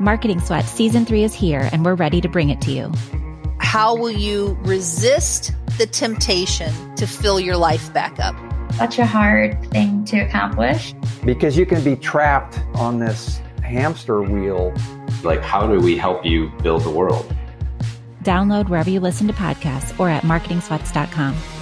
Marketing Sweat Season 3 is here and we're ready to bring it to you. How will you resist the temptation to fill your life back up? Such a hard thing to accomplish. Because you can be trapped on this hamster wheel. Like, how do we help you build the world? Download wherever you listen to podcasts or at marketingsweats.com.